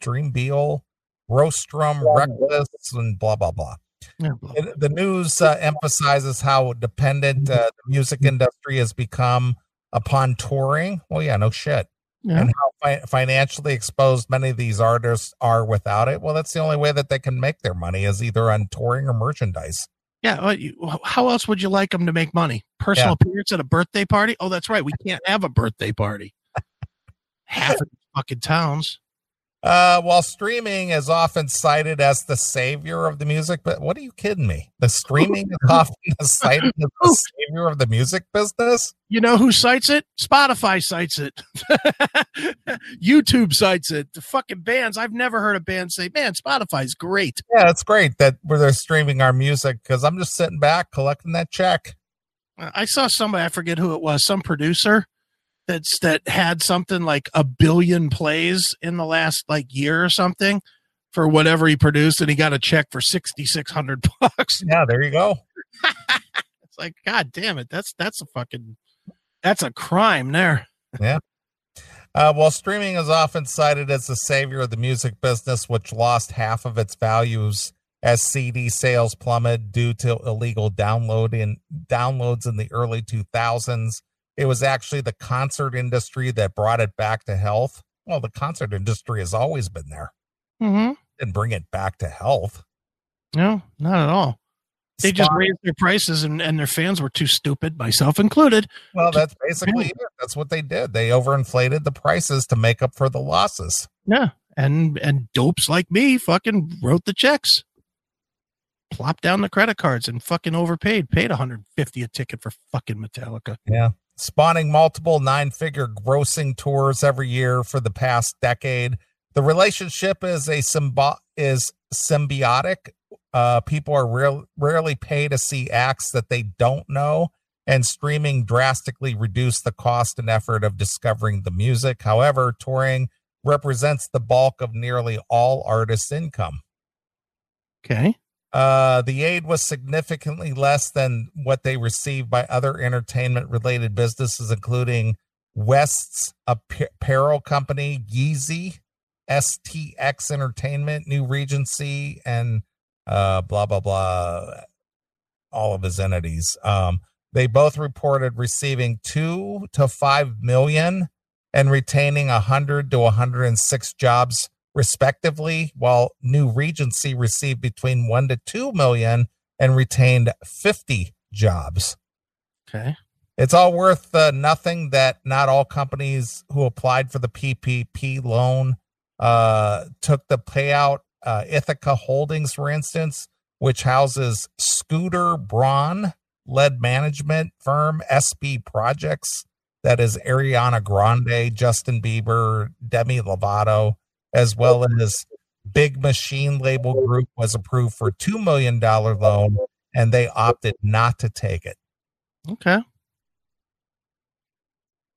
Speaker 1: Dream Beal, Rostrum, Reckless, and blah, blah, blah.
Speaker 2: Yeah, blah.
Speaker 1: The- the news uh, emphasizes how dependent uh, the music industry has become upon touring. Well, yeah, no shit.
Speaker 2: Yeah.
Speaker 1: And how fi- financially exposed many of these artists are without it. Well, that's the only way that they can make their money is either on touring or merchandise.
Speaker 2: yeah well, you, how else would you like them to make money personal appearance at a birthday party oh that's right we can't have a birthday party half of these fucking towns
Speaker 1: Uh, while streaming is often cited as the savior of the music, but what are you kidding me? The streaming is often cited as the savior of the music business.
Speaker 2: you know who cites it spotify cites it *laughs* youtube cites it the fucking bands i've never heard a band say man spotify's great
Speaker 1: Yeah, it's great that we're they're streaming our music because I'm just sitting back collecting that check.
Speaker 2: Uh, I saw somebody, I forget who it was, some producer that's that had something like a billion plays in the last like year or something for whatever he produced, and he got a check for sixty six hundred *laughs* bucks.
Speaker 1: Yeah, there you go.
Speaker 2: It's like, god damn it, that's that's a fucking that's a crime there.
Speaker 1: Uh, while streaming is often cited as the savior of the music business, which lost half of its values as CD sales plummeted due to illegal download in, downloads in the early 2000s, it was actually the concert industry that brought it back to health. Well, the concert industry has always been there
Speaker 2: Mm-hmm.
Speaker 1: and bring it back to health.
Speaker 2: No, not at all. They just
Speaker 1: Spot-
Speaker 2: raised their prices, and and their fans were too stupid, myself included.
Speaker 1: well, that's basically it. That's what they did. They overinflated the prices to make up for the losses.
Speaker 2: Yeah, and and dopes like me fucking wrote the checks, plopped down the credit cards, and fucking overpaid. Paid 150 a ticket for fucking Metallica.
Speaker 1: Yeah. Spawning multiple nine figure grossing tours every year for the past decade. The relationship is a symbo- is symbiotic. Uh, people are rare- rarely paid to see acts that they don't know, and streaming drastically reduced the cost and effort of discovering the music. However, touring represents the bulk of nearly all artists' income.
Speaker 2: Okay,
Speaker 1: Uh, the aid was significantly less than what they received by other entertainment related businesses, including West's appe- apparel company, Yeezy, STX Entertainment, New Regency, and uh, blah, blah, blah, all of his entities. Um, they both reported receiving two to five million and retaining 100 to 106 jobs respectively, while New Regency received between 1 to 2 million and retained 50 jobs.
Speaker 2: okay,
Speaker 1: It's all worth uh, nothing that not all companies who applied for the PPP loan uh, took the payout. Uh, Ithaca Holdings, for instance, which houses Scooter Braun, lead management firm SB Projects, that is Ariana Grande, Justin Bieber, Demi Lovato, as well as Big Machine Label Group, was approved for $2 million loan and they opted not to take it.
Speaker 2: okay.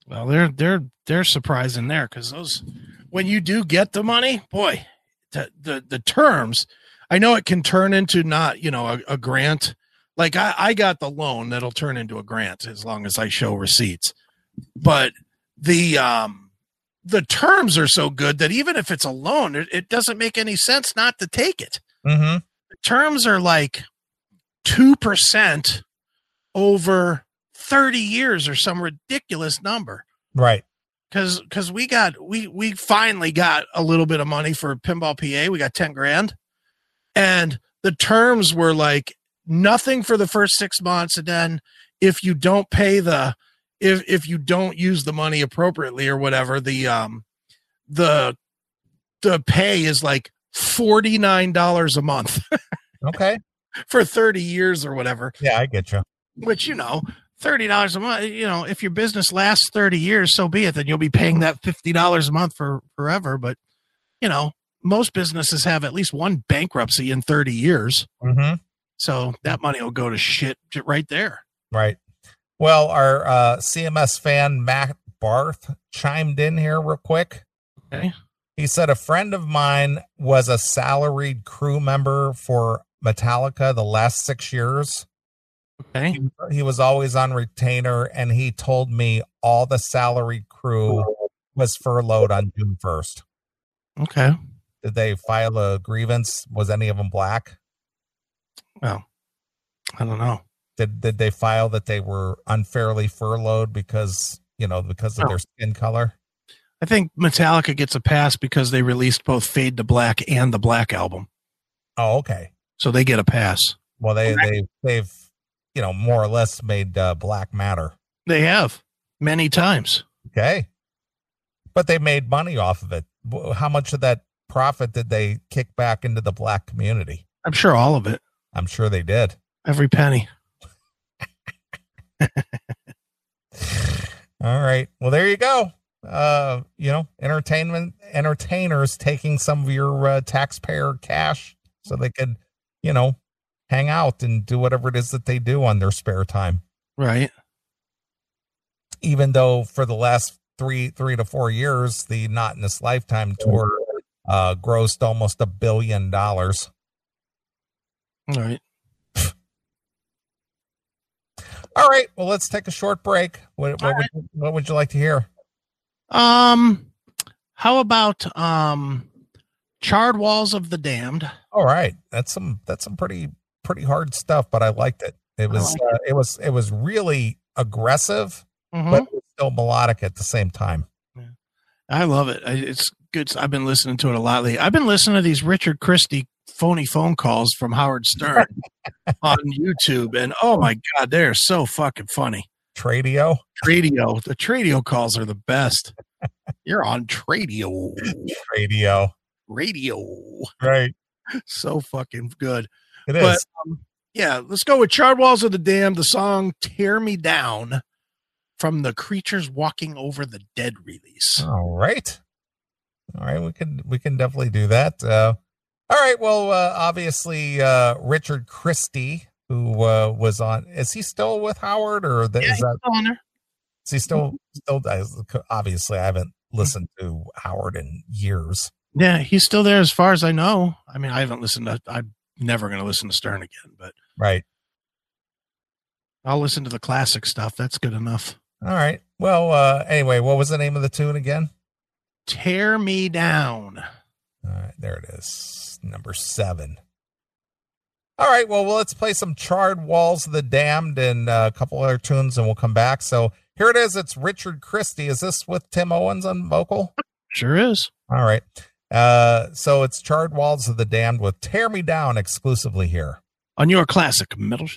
Speaker 2: Well, they're they're they're surprising there because those when you do get the money, boy, the the, the terms. I know it can turn into not you know a, a grant. Like I, I got the loan that'll turn into a grant as long as I show receipts. but the um the terms are so good that even if it's a loan, it, it doesn't make any sense not to take it.
Speaker 1: Mm-hmm.
Speaker 2: The terms are like 2% over 30 years or some ridiculous number.
Speaker 1: Right.
Speaker 2: Cause, cause we got, we, we finally got a little bit of money for pinball PA. We got 10 grand and the terms were like nothing for the first six months. And then if you don't pay the, if if you don't use the money appropriately or whatever the um the the pay is like $49 a month
Speaker 1: Okay.
Speaker 2: for 30 years or whatever
Speaker 1: Yeah, I get you.
Speaker 2: which you know $30 a month you know if your business lasts 30 years so be it then you'll be paying that $50 a month for forever but you know most businesses have at least one bankruptcy in 30 years
Speaker 1: Mm-hmm.
Speaker 2: so that money will go to shit j- right there
Speaker 1: Right. Well, our uh, CMS fan Matt Barth chimed in here real quick.
Speaker 2: Okay.
Speaker 1: He said a friend of mine was a salaried crew member for Metallica the last six years.
Speaker 2: okay
Speaker 1: He, he was always on retainer, and he told me all the salaried crew was furloughed on June first.
Speaker 2: okay
Speaker 1: Did they file a grievance? Was any of them black?
Speaker 2: i don't know
Speaker 1: Did did they file that they were unfairly furloughed because you know because of
Speaker 2: No.
Speaker 1: their skin color?
Speaker 2: I think Metallica gets a pass because they released both Fade to Black and the Black album.
Speaker 1: Oh, okay.
Speaker 2: So they get a pass.
Speaker 1: Well, they they they've you know more or less made uh, black matter.
Speaker 2: They have many times.
Speaker 1: Okay, but they made money off of it. W- How much of that profit did they kick back into the black community?
Speaker 2: I'm sure all of it,
Speaker 1: I'm sure they did.
Speaker 2: every penny.
Speaker 1: All right. Well, there you go. Uh, you know, entertainment entertainers taking some of your uh, taxpayer cash so they could, you know, hang out and do whatever it is that they do on their spare time.
Speaker 2: Right.
Speaker 1: even though for the last three three to four years the not in this lifetime tour uh grossed almost a billion dollars
Speaker 2: All right.
Speaker 1: all right well let's take a short break what, what, would, what would you like to hear
Speaker 2: Um how about um Charred Walls of the Damned?
Speaker 1: all right that's some that's some pretty pretty hard stuff but i liked it it was
Speaker 2: like
Speaker 1: uh, it was it was really aggressive
Speaker 2: Mhm.
Speaker 1: but it was still melodic at the same time
Speaker 2: I love it. I, it's good. I've been listening to it a lot lately. I've been listening to these Richard Christie phony phone calls from Howard Stern on YouTube and oh my god, they're so fucking funny.
Speaker 1: tradio
Speaker 2: Tradio. The Tradio calls are the best. You're on Tradio.
Speaker 1: radio
Speaker 2: Radio.
Speaker 1: right
Speaker 2: So fucking good.
Speaker 1: it is
Speaker 2: But um, yeah, let's go with Charred Walls of the Dam, the song Tear Me Down from the Creatures Walking Over the Dead release.
Speaker 1: All right. All right, we can we can definitely do that. Uh, all right. Well, uh, obviously uh, Richard Christie, who uh, was on, is he still with Howard, or the,
Speaker 2: Yeah,
Speaker 1: is that
Speaker 2: he's on there.
Speaker 1: is he still still? Obviously, I haven't listened to Howard in years.
Speaker 2: Yeah, he's still there as far as I know. I mean, I haven't listened to, I'm never going to listen to Stern again, but
Speaker 1: Right.
Speaker 2: I'll listen to the classic stuff. That's good enough.
Speaker 1: All right. Well, uh, anyway, what was the name of the tune again?
Speaker 2: Tear Me Down.
Speaker 1: All right, there it is, number seven. All right, well, well, let's play some Charred Walls of the Damned and uh, a couple other tunes, and we'll come back. So here it is. It's Richard Christie. Is this with Tim Owens on vocal?
Speaker 2: Sure is.
Speaker 1: All right. Uh, so it's Charred Walls of the Damned with Tear Me Down exclusively here.
Speaker 2: On your classic metal show.